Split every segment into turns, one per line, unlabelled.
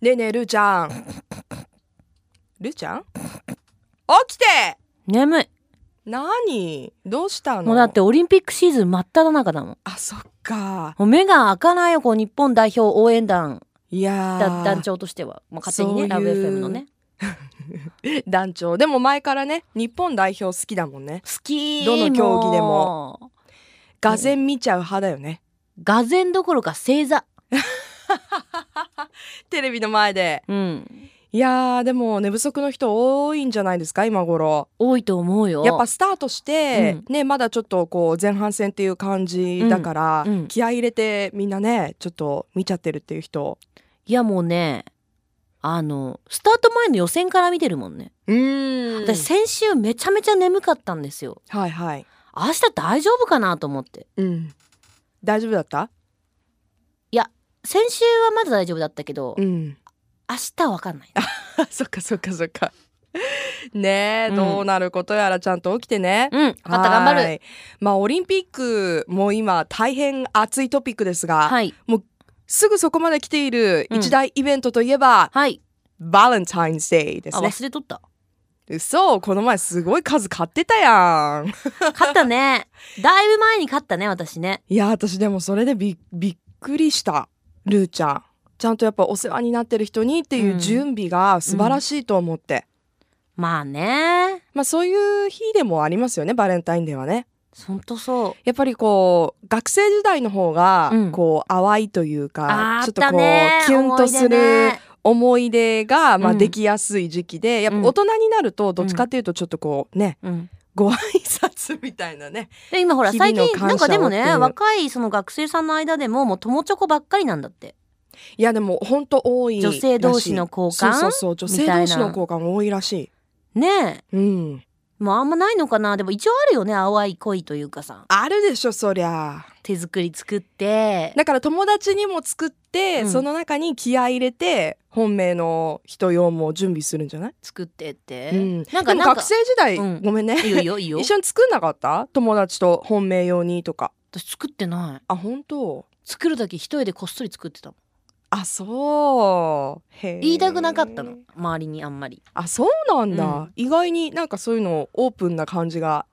ねえねえるーちゃ んるーちゃん起きて
眠い
何どうしたの
もうだってオリンピックシーズン真っ只中だもん
あそっか
もう目が開かないよこう日本代表応援団
いや
だ
ー
団長としては、まあ、勝手にねラ
そう
ブ
いう
FM のね
団長でも前からね日本代表好きだもんね
好き
どの競技でも
も
がぜん見ちゃう派だよね
うがぜんどころか正座
テレビの前で
うん
いやーでも寝不足の人多いんじゃないですか今頃
多いと思うよ
やっぱスタートして、
うん
ねまだちょっとこう前半戦っていう感じだから、
うんうん
気合い入れてみんなねちょっと見ちゃってるっていう人
いやもうねあのスタート前の予選から見てるもんね、
うーん
私先週めちゃめちゃ眠かったんですよ
はいはい
明日大丈夫かなと思って
うん大丈夫だった
先週はまだ大丈夫だったけど、
うん
明日わかんない
あそっかそっかそっかねえ、
うん
どうなることやらちゃんと起きてね
うん分かった頑張
は
る
いまあオリンピックも今大変熱いトピックですが、
はい
すぐそこまで来ている
うん
一大イベントといえば、
はい
バレンタインデーで
あ
すね
忘れとった
そうこの前すごい数買ってたやん
勝ったねだいぶ前に勝ったね私ね
いや私でもそれでびびっくりしたルーちゃんちゃんとやっぱお世話になってる人にっていう準備が素晴らしいと思って、
まあね
まあそういう日でもありますよねバレンタインデーはね
ほんとそ
やっぱりこう学生時代の方が
うん
こう、淡いという
う
か
あ
ちょっ
ーっ
とこ
た
う、
ね
キュンとする思い出が、まあ、
うん
できやすい時期で、やっ
うん
ぱ大人になるとどっちかっていうとちょっとこうね、
うん、
ご挨拶みたいなね
で今ほら
日々
最
の
近なんかで
感謝をっ
も
てい
ね
う
若いその学生さんの間でももう友チョコばっかりなんだって
いやでも本当多いらしい
女性同士の交換
そうそうそう女性同士の交換多いらしい
ねえ
うん
もうあんまないのかなでも一応あるよね淡い恋というかさ
あるでしょそりゃ
手作り作って
だから友達にも作って、
うん
その中に気合い入れて本命の人用も準備するんじゃない、
作ってって、
うん、
なん
でも
かなん
学
か
生時代、
うん
ごめんね
いいよいいよいいよ
一緒に作んなかった友達と本命用にとか
私作ってない
あ本当
作るだけ一人でこっそり作ってたもん
あそうへえ
言いたくなかったの周りにあんまり
あそうなんだ、
うん
意外になんかそういうのオープンな感じが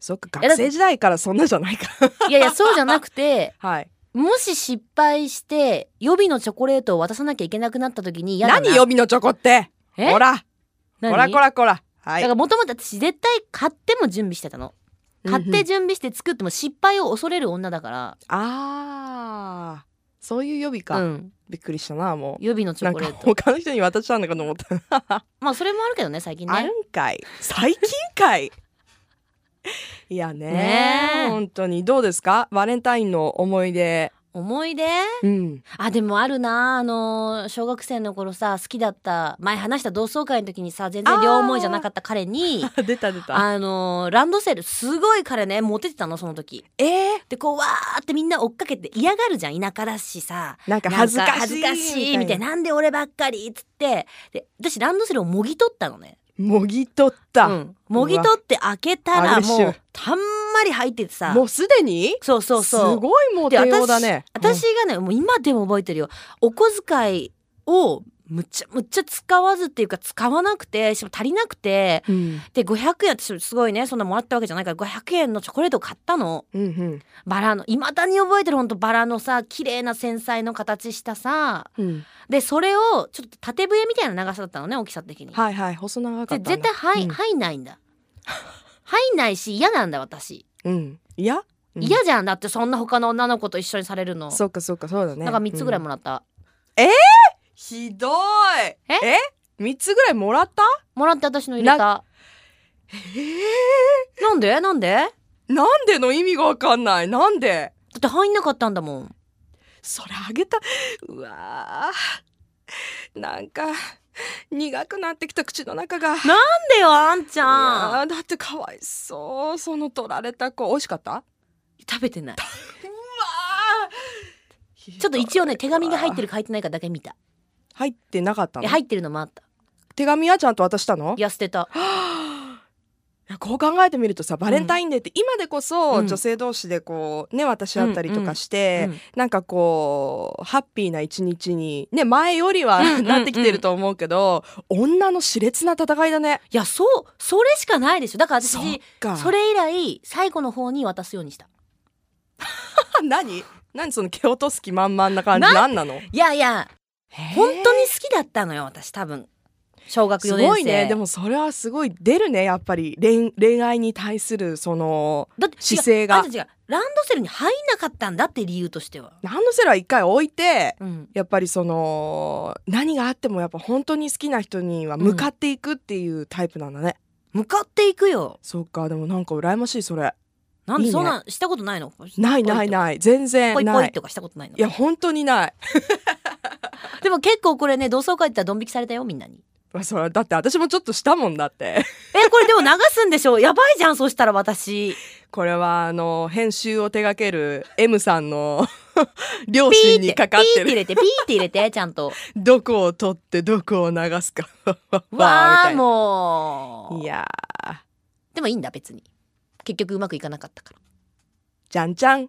そっか
いや
学生時代からそんなじゃないか
いやいやそうじゃなくて
はい
もし失敗して予備のチョコレートを渡さなきゃいけなくなった時に嫌だな
何予備のチョコって
え
こらこら
何
こらこらは
だか
い
らもともと私絶対買っても準備してたの買って準備して作っても失敗を恐れる女だから、
ああそういう予備か、
うん
びっくりしたなも
予備の
う
チ
な
ョ
ん
コ
か
レート
他の人に渡したのかと思った、
まあそれもあるけどね最近
あ
ね
るんかい最近かいいやね
ねえ
本当にどうですかバレンタインの思い出
思い出
うん
あでもあるなあのー小学生の頃さ好きだった前話した同窓会の時にさ全然両思いじゃなかった彼に
あ出た出た
あのーランドセルすごい彼ねモテてたのその時
えー、
でこうわーってみんな追っかけて嫌がるじゃん田舎だしさ
なんか
なん
恥ずかしい
恥ずかしいみたいななんで俺ばっかりっつってで私ランドセルをもぎ取ったのね
もぎ取った、
うん、もぎ取って開けた
アグ
ら
レッシ
も
ブ
うたんまり入っててさ
もうすでに
そうそうそう
すごいモテようだね
私がねもう今でも覚えてるよお小遣いをむっちゃむっちゃ使わずっていうか使わなくてしかも足りなくて
うん
で500円私すごいねそんなもらったわけじゃないから500円のチョコレートを買ったの
うんうん
バラのいまだに覚えてるほんとバラのさ綺麗な繊細の形したさ
うん
でそれをちょっと縦笛みたいな長さだったのね大きさ的に。
はいはい細長かった
で
んだ
絶対入,、
うん
入んな いんだ入んないし嫌なんだ私
うんいやうん
嫌じゃんだってそんな他の女の子と一緒にされるの、
そっかそっかそうだね
なんか3つぐらいも
ら
らった、
ひどいえ三つぐらいもらった
もらって私の入れたなんでなんでだ
なんでの意味がわかんないなんで
って入んなかったんだもん
それあげたうわーなんか苦くなってきた口の中がい
なんでよあんち
や
ゃん
ーだってかわいそうその取られた子美味しかった
食べてない
ち
ちょっと一応ね手紙が入って
る
るか入ってないかだけ見た
入ってなかった
い
の
や入ってるのもあった
手紙はちゃんと渡したの
いや捨てた
はあいやこう考えてみるとさバレンタインデーって今でこ
う
そ
ん
女性同士でこうね渡し合ったりとかして、
うん
なんかこうハッピーな一日にね前よりは
うん
なってきてると思うけど、女の熾烈な戦いだね。
いやそうそれしかないでしょだから私
そっか
それ以来最後の方に渡すようにした
何何その蹴落とす気満々な感じ何なの
いやいや本
へー
当に好きだったのよ私多分小学4
す
年生
ごいねでもそれはすごい出るねやっぱり恋恋愛に対するその
だって
姿勢が
違うあんた違うランドセルに入んなかったんだって理由としては、
ランドセルは一回置いて
うん、
やっぱりその何があってもやっぱ本当に好きな人には向かっていくっていうタイプなんだね、
向かっていくよ
そうかでもなんか羨ましいそれ
なん
い
で
いね
そんなんしたことないの
ないないない全然
ポイポ
な
イ
い
とかしたことないの
いや本当にない
でも結構これね同窓会行ったらドン引きされたよみんなに
あそれだって私もちょっとしたもんだって
えこれでも流すんでしょ やばいじゃんそしたら私
これはあの編集を手掛ける M さんの 両親にかかっ
ピ
て
ーって
る
入れてピーって入れてちゃ んと
どこを取ってどこを流すか わー
わあ
みた
も
いうないやー
でもいいんだ別に結局うまくいかなかったから
じゃんじゃん